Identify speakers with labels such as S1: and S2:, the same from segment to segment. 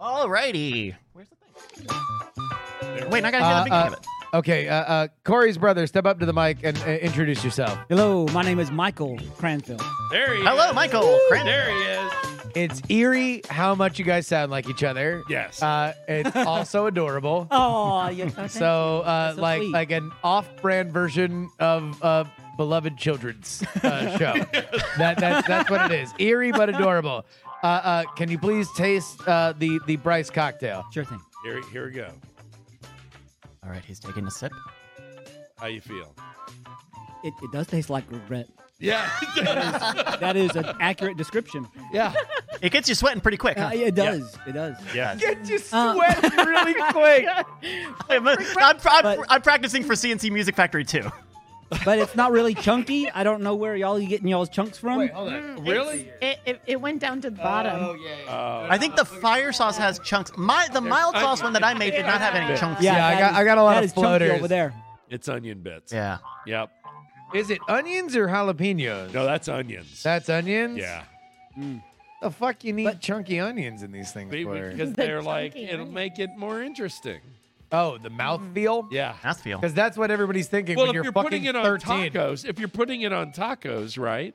S1: Alrighty. Where's the thing? Wait, I gotta hear
S2: Uh,
S1: the beginning
S2: uh,
S1: of it.
S2: Okay, uh, uh, Corey's brother, step up to the mic and uh, introduce yourself.
S3: Hello, my name is Michael Cranfield.
S4: There he
S1: Hello,
S4: is.
S1: Michael. Cran-
S4: There he is.
S2: It's eerie how much you guys sound like each other.
S4: Yes.
S2: Uh, it's also adorable.
S3: Oh, yeah. thank you.
S2: So, uh,
S3: That's so
S2: like
S3: sweet.
S2: like an off-brand version of uh, beloved children's uh, show. that, that that's what it is. Eerie but adorable. Uh, uh, can you please taste uh, the the Bryce cocktail?
S3: sure thing.
S4: Here, here we go.
S1: All right, he's taking a sip.
S4: How you feel?
S3: It, it does taste like regret.
S4: Yeah.
S3: That is an accurate description.
S2: Yeah,
S1: It gets you sweating pretty quick.
S3: Uh,
S1: Huh?
S3: it does. It does.
S4: yes.
S2: get you
S3: Uh,
S2: sweat really quick.
S1: I'm, I'm, I'm,
S3: But-
S1: I'm practicing for CNC Music Factory too.
S3: But it's not really chunky. I don't know where y'all you getting y'all's chunks from.
S2: Wait, hold on.
S4: Really?
S5: It, it, it went down to the bottom.
S4: Oh.
S1: I think the fire sauce has chunks. My the mild
S4: I-
S1: sauce one that I made did not have any chunks.
S2: Yeah, I
S3: that
S2: got-
S3: is-
S2: I got a lot
S3: that
S2: of
S3: is chunky
S2: floaters.
S3: over there.
S4: It's onion bits.
S1: Yeah.
S4: Yep.
S2: Is it onions or jalapenos?
S4: No, that's onions.
S2: That's onions.
S4: yeah.
S2: The fuck you need
S3: But-
S2: chunky onions in these things
S4: They-
S2: for?
S4: because they're like,
S5: chunky
S4: it'll
S5: onion.
S4: make it more interesting.
S2: Oh, the mouthfeel?
S4: Yeah.
S1: That's feel.
S2: Because that's what everybody's thinking
S4: Well,
S2: when
S4: if
S2: you're,
S4: you're, putting
S2: fucking
S4: it on
S2: 13.
S4: tacos, if you're putting it on tacos, right?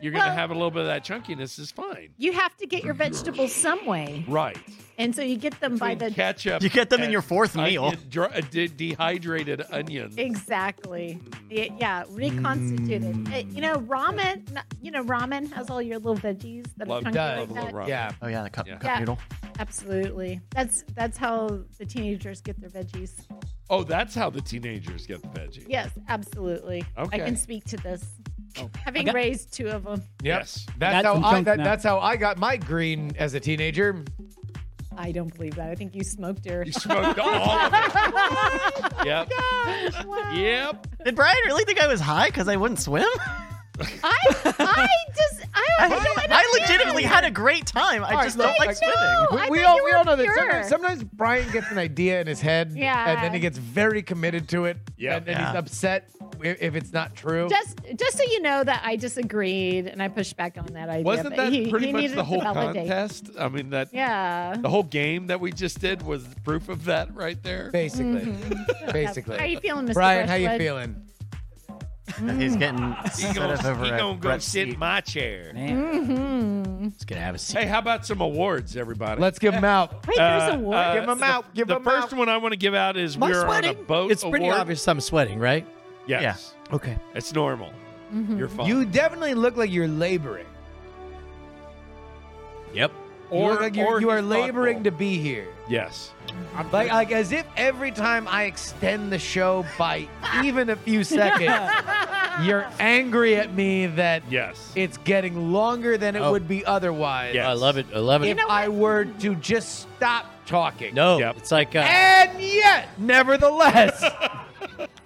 S4: You're gonna
S5: Well-
S4: have a little bit of that chunkiness. Is fine.
S5: You have to get your vegetables some way,
S4: Right.
S5: and so you get them by the
S4: Between ketchup.
S1: You get them in
S4: and
S1: your fourth
S4: onion-
S1: meal.
S4: dr- uh, de- dehydrated onions.
S5: exactly. It- yeah, reconstituted. It- you know, ramen. n- You know, ramen has all your little veggies that
S4: Love
S5: are chunky
S2: does.
S5: like that.
S4: Love ramen.
S2: Yeah.
S1: Oh yeah, the cup,
S4: Yeah.
S1: cup
S5: Yeah.
S1: noodle.
S5: Absolutely. That's that's how the teenagers get their veggies.
S4: Oh, that's how the teenagers get the veggie.
S5: Yes, absolutely.
S4: Okay.
S5: I can speak to this. Having
S3: I got-
S5: raised two of them,
S4: Yes.
S2: That's
S3: Got
S2: how
S3: some
S2: I
S3: chunk
S2: that,
S3: now.
S2: that's how I got my green as a teenager.
S5: I don't believe that. I think you smoked her.
S4: You smoked all of it. yep.
S5: Wow.
S4: Yep.
S1: Did Brian really think I was high because I wouldn't swim?
S5: I, I just, I, no, I, don't
S1: I
S5: get
S1: legitimately
S5: it.
S1: had a great time. I
S2: right,
S1: just
S2: look,
S1: don't like
S2: I-
S1: swimming.
S5: Oh, I
S2: we
S5: thought
S2: all
S5: you
S2: we
S5: were
S2: all know that
S5: pure.
S2: sometimes, sometimes Brian gets an idea in his head
S5: Yeah.
S2: and then he gets very committed to it.
S4: Yeah.
S2: And, and he's
S1: Yeah.
S2: upset i- if it's not true.
S5: Just, just so you know that I disagreed and I pushed back on that idea.
S4: Wasn't
S5: but
S4: that
S5: he-
S4: pretty
S5: he
S4: much
S5: needed
S4: the
S5: to
S4: whole
S5: validate.
S4: contest? I mean, that
S5: Yeah.
S4: the whole game that we just did was proof of that right there.
S2: basically.
S5: Yeah. How are you
S2: Basically.
S5: feeling, Mr.
S2: Brian, how you
S5: Brushwood?
S2: feeling?
S1: He's getting
S4: He
S1: set
S4: gonna,
S1: up over
S4: he
S1: a
S4: gonna go
S1: Brett's
S4: sit
S1: seat.
S4: in my chair.
S3: Man.
S1: He's gonna have a seat.
S4: Hey, how about some awards, everybody?
S2: Let's give him out.
S5: Wait, there's
S4: Uh,
S5: a war.
S4: uh,
S2: Give 'em
S4: the-
S2: out, give
S4: the
S2: 'em
S4: first
S2: out.
S4: one I want to give out is we're on a boat.
S6: It's pretty
S4: award.
S6: obvious I'm sweating, right?
S4: Yes,
S6: Okay.
S4: it's normal.
S5: Mm-hmm.
S4: You're fine.
S2: You definitely look like you're laboring.
S6: Yep.
S2: you
S4: or,
S2: look like you're,
S4: or
S2: you are
S4: he's
S2: laboring
S4: thoughtful.
S2: to be here.
S4: Yes.
S2: Like, like as if every time I extend the show by even a few seconds, you're angry at me that
S4: Yes.
S2: it's getting longer than it
S6: Oh.
S2: would be otherwise.
S4: Yes.
S6: I love it. I love it.
S2: If I were to just stop talking.
S6: no,
S4: Yep.
S6: it's like uh,
S2: And yet, nevertheless,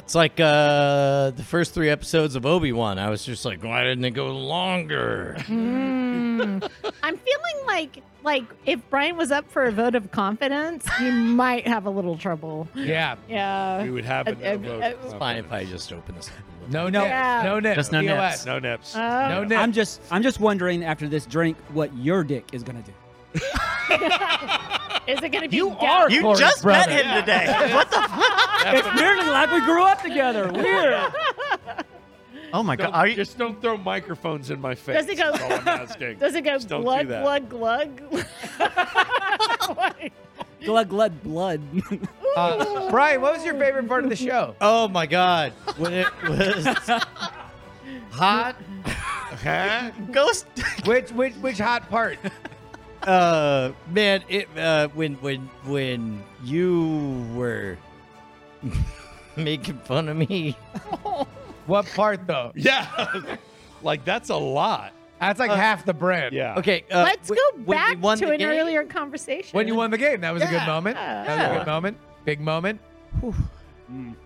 S6: it's like uh, the first three episodes of Obi Wan. I was just like, why didn't it go longer?
S5: Mm. I'm feeling like, like if Brian was up for a vote of confidence, he might have a little trouble.
S2: yeah.
S5: Yeah.
S4: we would have
S5: Uh,
S4: another
S5: uh,
S4: vote.
S5: uh,
S4: of
S5: It's
S6: Fine
S4: confidence.
S6: if I just open this.
S2: No no
S5: Yeah.
S2: no nip.
S1: Just no
S2: POS.
S4: No nips.
S5: Uh,
S2: No nip.
S3: I'm just I'm just wondering after this drink what your dick is gonna do.
S5: Is it going to be?
S2: You
S5: down-
S2: are-
S1: You
S2: Corey's
S1: just
S2: brother.
S1: met him today. what the?
S3: It's nearly like we grew up together. Weird.
S1: Oh my god!
S4: Don't-
S1: Are you,
S4: just don't throw microphones in my face.
S5: Does it go-
S4: That's all I'm asking.
S5: Does it go
S4: Just don't do
S5: glug,
S4: that.
S5: glug, glug,
S3: glug glug blood.
S2: Uh, Brian, what was your favorite part of the show?
S6: Oh my God! When it was hot,
S4: Huh?
S1: ghost?
S2: Which which which hot part?
S6: uh, man, it uh, when when when you were making fun of me.
S2: What part though?
S4: Yeah. like that's a lot.
S2: That's like half the brand.
S4: Yeah.
S6: Okay, uh,
S5: Let's
S6: when-
S5: go
S6: when we
S5: back
S6: won
S5: to
S6: the
S5: an
S6: game-
S5: earlier conversation.
S2: When you won the game, that was a good
S6: Yeah.
S2: moment. That was a good moment. Big moment.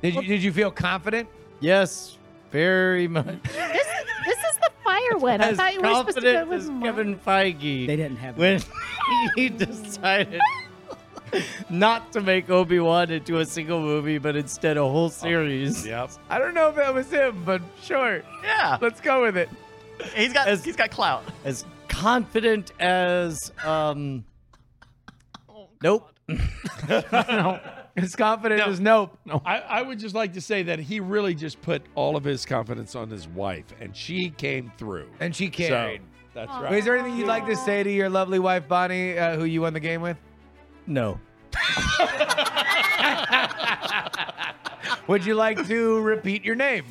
S2: Did you did you feel confident?
S6: Yes, very much.
S5: This, this is the fire win. I
S6: As
S5: thought you were supposed to go
S6: confident
S5: with
S6: as
S5: mine.
S6: Kevin Feige.
S3: They didn't have
S6: when he decided not to make Obi Wan into a single movie, but instead a whole series.
S4: Yep.
S2: I don't know if that was him, but sure.
S1: Yeah,
S2: Let's go with it.
S1: he's got
S6: As-
S1: he's got clout.
S6: As confident as um, Nope.
S2: no. His confident
S4: No.
S2: is nope.
S1: No.
S4: I, I would just like to say that he really just put all of his confidence on his wife, and she came through.
S2: And she
S4: So,
S2: carried.
S4: that's
S5: Aw.
S4: right.
S2: Is there anything you'd like to say to your lovely wife, Bonnie, uh, who you won the game with?
S6: No.
S2: Would you like to repeat your name?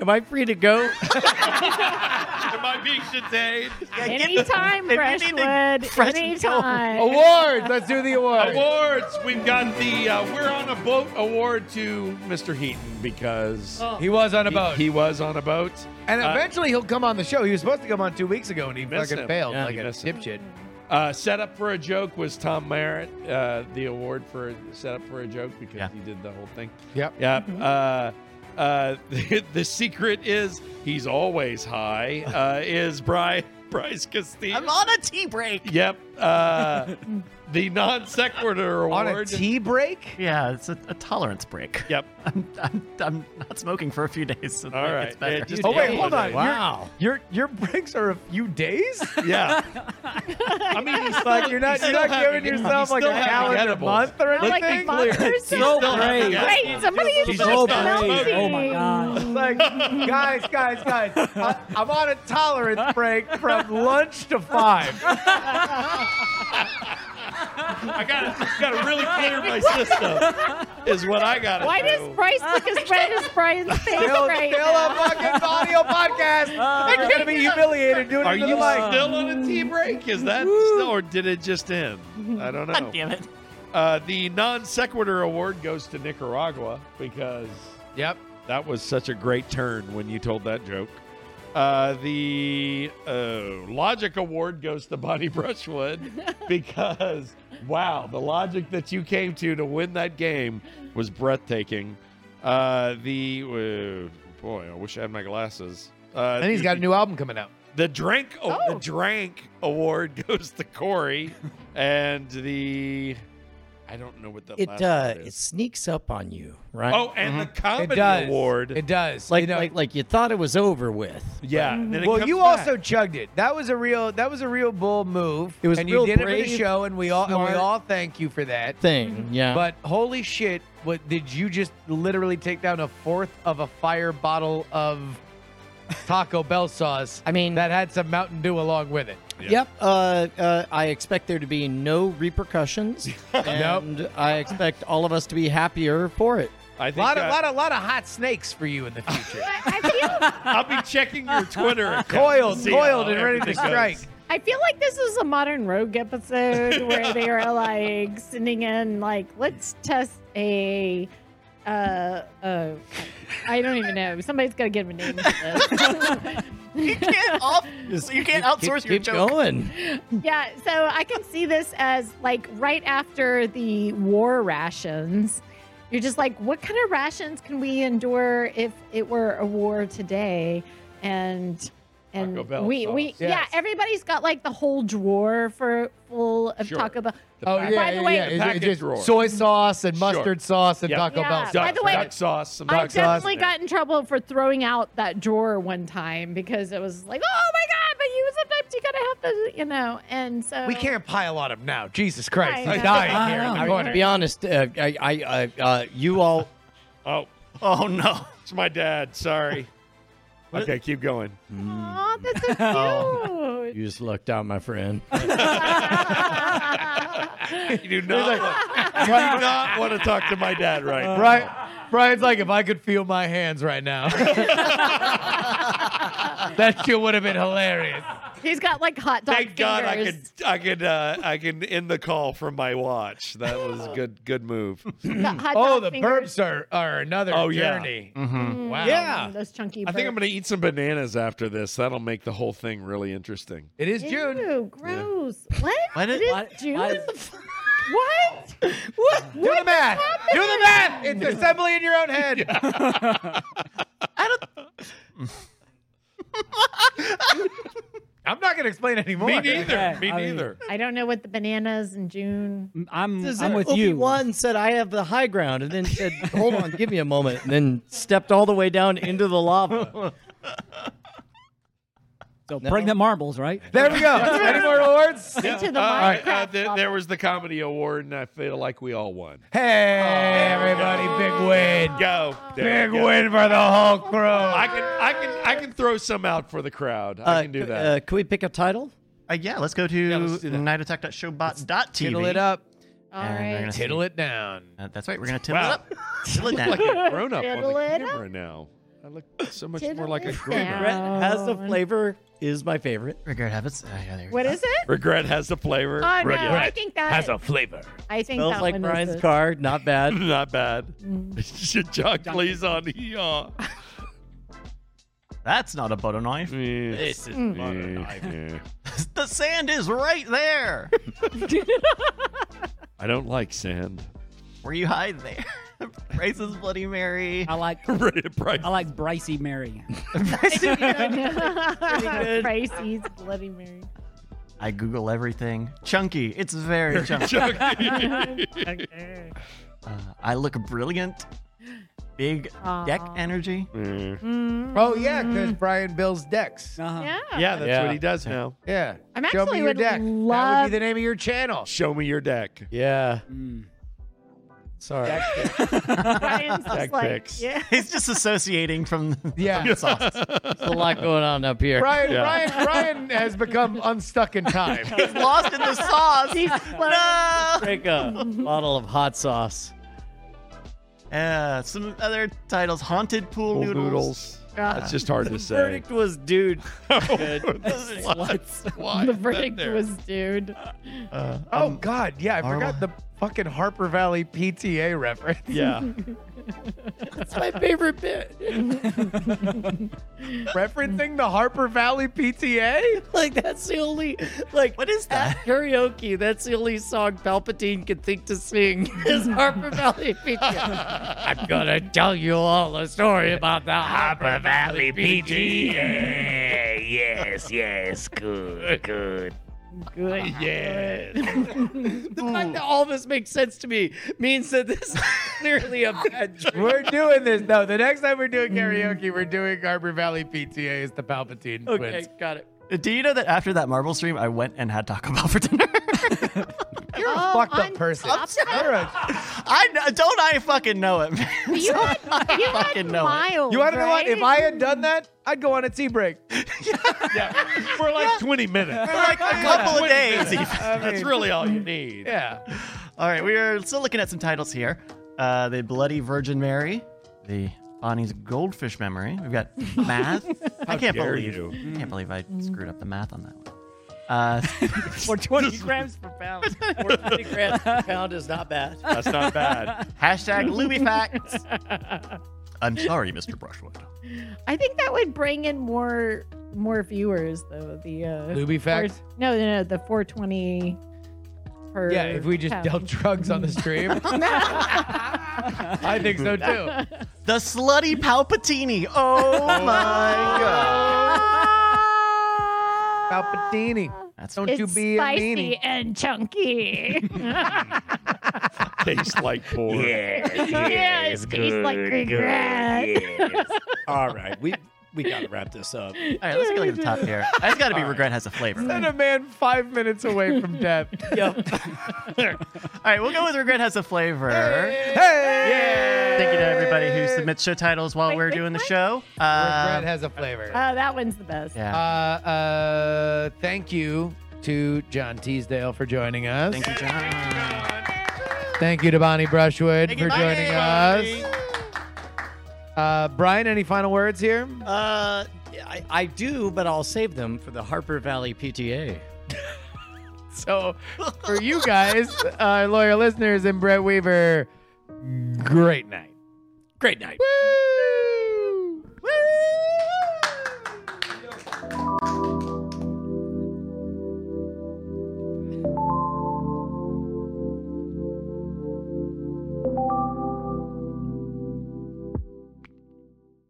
S6: Am I free to go?
S4: Am I being detained?
S5: Anytime,
S6: If you need to
S5: Freshwood.
S6: fresh and go.
S5: anytime.
S3: Oh,
S2: Awards. Let's do the awards.
S4: Awards. We've got the uh, We're on a Boat award to Mr. Heaton because
S2: He was on a
S4: he-
S2: boat.
S4: He, was on a boat.
S2: and
S4: uh,
S2: eventually he'll come on the show. He was supposed to come on two weeks ago and he
S4: Missed
S2: fucking
S4: him.
S2: failed
S4: Yeah,
S2: like
S4: he
S2: a
S4: missed him.
S2: dipshit.
S4: Uh, set up for a joke was Tom Merritt. Uh, the award for set up for a joke because
S2: Yeah.
S4: he did the whole thing.
S2: Yep.
S4: Yep.
S5: Mm-hmm.
S4: Uh, uh, the, secret is he's always high. Uh, is Bry Bryce Castillo?
S6: I'm on a tea break.
S4: Yep. Uh, the non sequitur award.
S2: On a tea break?
S1: Yeah, it's a, a tolerance break.
S4: Yep.
S1: I'm, I'm, I'm not smoking for a few days. So
S4: All right.
S1: It's better.
S4: Yeah, just-
S2: Oh wait, hold on.
S6: Wow.
S2: Your your breaks are a few days.
S4: Yeah. I mean, he's
S2: like you're not
S4: he's
S2: you're not
S4: still
S2: giving
S4: having-
S2: yourself
S4: he's
S2: like a
S4: still having
S2: calendar
S4: edibles.
S2: month or
S5: Not like
S2: anything.
S5: a monster.
S3: So brave.
S4: Yeah.
S5: Wait, somebody is
S4: He's
S5: so
S4: just not
S5: melting.
S4: smoking.
S3: Oh my God.
S2: like, guys, guys, guys, I, I'm on a tolerance break from lunch to five.
S4: I got I got to really clear my system. Is what I got to
S5: Why
S4: do.
S5: does Bryce look as red as Brian's face
S2: Still,
S5: right
S2: still
S5: now?
S2: a fucking audio podcast. You're gonna be humiliated doing
S4: Uh, Are
S2: it
S4: you
S2: to the mic.
S4: still on a tea break? Is that still, or did it just end? I don't know.
S1: damn it.
S4: Uh, the non sequitur award goes to Nicaragua because
S2: Yep.
S4: That was such a great turn when you told that joke. Uh, the uh, logic award goes to Bonnie Brushwood because wow, the logic that you came to to win that game was breathtaking. Uh, the uh, boy, I wish I had my glasses. Uh,
S2: And he's
S4: the-
S2: got a new album coming out.
S4: the drink. Oh,
S5: Oh.
S4: the drank award goes to Corey, and the I don't know what the
S6: It
S4: last
S6: uh,
S4: one
S6: it
S4: is.
S6: sneaks up on you, right?
S4: oh, and the comedy
S2: Mm-hmm. it does.
S4: award.
S2: It does.
S6: like
S2: You know-
S6: like like you thought it was over with.
S4: yeah. and then it
S2: well,
S4: comes
S2: you
S4: back.
S2: also chugged it. That was a real. That was a real bull move.
S6: It was
S2: and
S6: real
S2: you did it for the
S6: brave,
S2: show, and we all and
S6: smart.
S2: we all thank you for that.
S6: Thing, yeah.
S2: But holy shit! What did you just literally take down a fourth of a fire bottle of Taco Bell sauce?
S6: I mean,
S2: that had some Mountain Dew along with it.
S6: Yep. Uh, uh, I expect there to be no repercussions, and I expect all of us to be happier for it.
S4: I think
S2: A
S4: uh,
S2: lot of
S4: I-
S2: lot of lot of hot snakes for you in the future.
S5: I feel,
S4: I'll be checking your Twitter. account to
S2: coiled,
S4: see
S2: coiled,
S4: how
S2: and ready to
S4: everything goes.
S2: strike.
S5: I feel like this is a modern rogue episode where they are like sending in like, let's test a. Uh, uh, I don't even know. Somebody's got to give him a name. For this.
S7: You can't off. You can't outsource
S6: keep,
S7: your
S6: keep
S7: joke.
S6: going.
S5: yeah, so I can see this as like right after the war rations. You're just like, what kind of rations can we endure if it were a war today? And and
S4: Taco Bell
S5: we we
S4: sauce.
S5: yeah,
S2: Yes.
S5: everybody's got like the whole drawer for full of
S4: Sure.
S5: Taco Bell.
S4: The
S2: oh yeah,
S4: pack-
S5: By the
S2: yeah,
S5: way-
S2: yeah.
S4: The
S2: It- it
S4: package
S2: just
S4: drawer.
S2: soy sauce and
S4: Sure.
S2: mustard sauce and
S4: Yep.
S2: Taco
S5: Yeah.
S2: Bell.
S5: By
S4: Duck-
S5: the way-
S4: duck sauce, some
S5: I
S4: duck sauce.
S5: definitely got in trouble for throwing out that drawer one time because it was like, oh my god! But you sometimes you gotta have the you know, and so
S2: We can't pile on him now. Jesus Christ,
S5: I
S2: he's
S5: know.
S2: dying
S3: I
S2: here in
S3: know.
S2: the
S6: I mean, to
S2: corner.
S6: be honest, uh, I, I, I uh, you all.
S5: Uh-huh.
S4: Oh,
S7: Oh no.
S4: it's my dad. Sorry. okay, keep going.
S5: Aw, that's
S4: Oh.
S5: so cute.
S6: You just lucked out, my friend.
S4: You do not. want, you do not want to talk to my dad right now.
S2: Brian, Brian's like, if I could feel my hands right now, that shit would have been hilarious.
S5: He's got like hot dog
S4: Thank God I could
S5: fingers.
S4: I could uh, I can end the call from my watch. That was a good good move.
S5: Got hot
S2: Oh,
S5: dog
S2: the
S5: fingers.
S2: burps are, are another
S4: Oh, yeah.
S2: journey.
S5: Mm,
S2: Wow.
S6: Yeah.
S5: Those chunky.
S4: I think I'm
S5: burps.
S4: gonna eat some bananas after this. That'll make the whole thing really interesting.
S2: It is June.
S5: Ew, gross. What?
S7: Why did-
S5: it is
S3: why-
S5: June.
S3: why-
S5: what? What?
S2: Do the math. Do the math. It's assembly in your own head. I'm not going to explain anymore.
S4: Me neither.
S3: Okay,
S4: Me
S3: I mean-
S4: neither.
S5: I don't know what the bananas in June.
S3: I'm,
S6: This is
S3: I'm
S6: it.
S3: with you.
S6: Obi-Wan said, I have the high ground, and then said, hold on, give me a moment, and then stepped all the way down into the lava.
S3: So pregnant marbles, right?
S2: There we go. Any more awards?
S5: Into the
S4: Uh,
S5: Minecraft.
S4: uh, th- there was the comedy award, and I feel like we all won.
S2: Hey, everybody, big win.
S4: Go, There
S2: Big
S4: you go.
S2: win for the whole
S4: I
S2: crew.
S4: can, I can, I can throw some out for the crowd. I
S6: Uh,
S4: can do
S6: c-
S4: that.
S6: Uh, can we pick a title?
S7: Uh, yeah, let's go to
S6: let's do that.
S7: nightattack.showbot.tv.
S2: Tiddle it up.
S5: All
S7: And we're gonna
S5: right.
S7: see-
S2: Tiddle it down.
S7: Uh, that's right. We're gonna tiddle
S4: Wow.
S7: it up. Tiddle it down.
S4: like a grown up on
S5: Tiddle
S4: the
S5: it
S4: camera now. I look so much
S5: Tiddle
S4: more like a
S5: it
S4: grown up.
S5: down.
S6: Brett has the
S5: Oh.
S6: flavor is my favorite.
S7: Regret habits. Ah, yeah, there we
S5: What
S7: go.
S5: is it?
S4: Regret has the flavor.
S5: Oh no,
S4: Regret.
S5: I think that
S2: Has a flavor.
S5: I think
S6: Smells
S5: that
S6: like
S5: one
S6: Brian's
S5: is the-
S6: car. Not bad.
S4: Not bad. Mm. John Cleese on ER.
S7: That's not a butter knife.
S4: Yeah.
S6: This is
S4: Yeah.
S7: the sand is right there.
S4: I don't like sand.
S7: Where you hide there. Raises Bloody Mary.
S3: I like
S4: Rated price.
S3: I like E. Brycey Mary.
S6: good.
S5: Pricey's Bloody Mary.
S7: I Google everything. Chunky. It's very chunky. Uh, I look brilliant. Big deck
S5: Aw.
S7: energy.
S4: yeah,
S2: Oh, yeah, because Brian builds decks.
S3: Uh-huh.
S5: Mm, Yeah.
S4: that's
S2: Yeah.
S4: what he does now.
S2: Yeah.
S5: I'm
S2: Show
S5: actually
S2: me your
S5: would
S2: deck. That would
S5: love-
S2: be the name of your channel.
S4: Show me your deck.
S2: Yeah.
S3: Mm.
S2: Sorry.
S5: Brian's just
S4: Back
S5: like,
S4: picks.
S5: yeah.
S7: He's just associating from
S2: Yeah.
S7: the sauce.
S6: There's a lot going on up here.
S2: Brian,
S4: Yeah.
S2: Brian, Brian has become unstuck in time.
S7: He's lost in the sauce. no.
S6: Drink a bottle of hot sauce.
S7: Uh, some other titles: Haunted Pool,
S4: Cool
S7: noodles.
S4: noodles. That's just hard to say.
S6: Verdict was dude.
S4: Sluts. Why
S5: The
S4: is that
S5: verdict
S4: there?
S5: was, dude.
S7: Uh,
S2: oh,
S7: um,
S2: God. Yeah, I forgot
S7: Arla.
S6: oh.
S2: the fucking Harper Valley PTA reference.
S4: Yeah.
S6: That's my favorite bit.
S2: Referencing the Harper Valley PTA?
S6: Like that's the only like
S7: What is
S6: at
S7: that?
S6: karaoke. That's the only song Palpatine could think to sing is Harper Valley PTA. I'm gonna tell you all a story about the Harper Valley PTA. yes, yes, good, good.
S5: Good.
S4: yeah.
S6: The fact that all this makes sense to me means that this is clearly a bad dream.
S2: We're doing this. No, the next time we're doing karaoke, we're doing Harper Valley PTA is the Palpatine
S6: Okay,
S2: twins.
S6: got it.
S7: do you know that after that marble stream, I went and had Taco Bell for dinner?
S2: You're a
S5: Oh,
S2: fucked up
S5: on
S2: person.
S5: top of that-
S2: You're a-
S7: I kn- don't. I fucking know it, man.
S5: You had, you
S7: fucking
S5: had
S7: know it.
S5: miles,
S2: you want to know
S5: right?
S2: what? If I had done that, I'd go on a tea break.
S4: yeah. For like 20 minutes.
S7: For like a couple of days. even.
S4: That's really all you need.
S2: Yeah.
S7: All right, we are still looking at some titles here. Uh, the Bloody Virgin Mary, the Bonnie's Goldfish Memory. We've got math. I can't
S4: dare
S7: believe
S4: you.
S7: I can't believe I screwed up the math on that one. Uh,
S6: Or 20 grams per pound. Or 20 grams per pound is not bad.
S4: That's not bad.
S7: hashtag Luby Facts. I'm sorry, Mr. Brushwood.
S5: I think that would bring in more more viewers though. The uh,
S2: Luby fact.
S5: four- no, no, no, the 420 per.
S2: Yeah, if we just
S5: pound.
S2: dealt drugs on the stream. I think so too.
S7: The slutty Palpatini. Oh my god.
S2: Palpatini.
S7: That's
S2: Don't
S5: it's
S2: you be a
S5: spicy
S2: meanie.
S5: and chunky.
S4: Tastes like pork.
S5: yeah, it tastes like regret.
S6: All right, we we gotta wrap this up.
S7: All right, let's get like at the top here. That's got to be regret has a flavor.
S2: And
S7: All
S2: a man five minutes away from death.
S6: Yep.
S7: right, we'll go with regret has a flavor.
S2: Hey!
S7: Thank you to everybody who submits show titles while
S5: Wait,
S7: we're
S5: which
S7: doing the
S5: one?
S7: show.
S2: Regret
S7: Uh,
S2: has a flavor.
S5: Uh, that one's the best.
S2: Uh,
S7: yeah.
S2: uh, thank you to John Teasdale for joining us.
S7: Thank you, John.
S2: Thank you to Bonnie Brushwood
S7: Thank
S2: for
S7: you, Bonnie.
S2: joining us. Uh, Brian, any final words here?
S6: Uh, I, I do, but I'll save them for the Harper Valley PTA.
S2: So, for you guys, uh, our loyal listeners, and Brett Weaver, great night.
S6: Great night.
S2: Woo!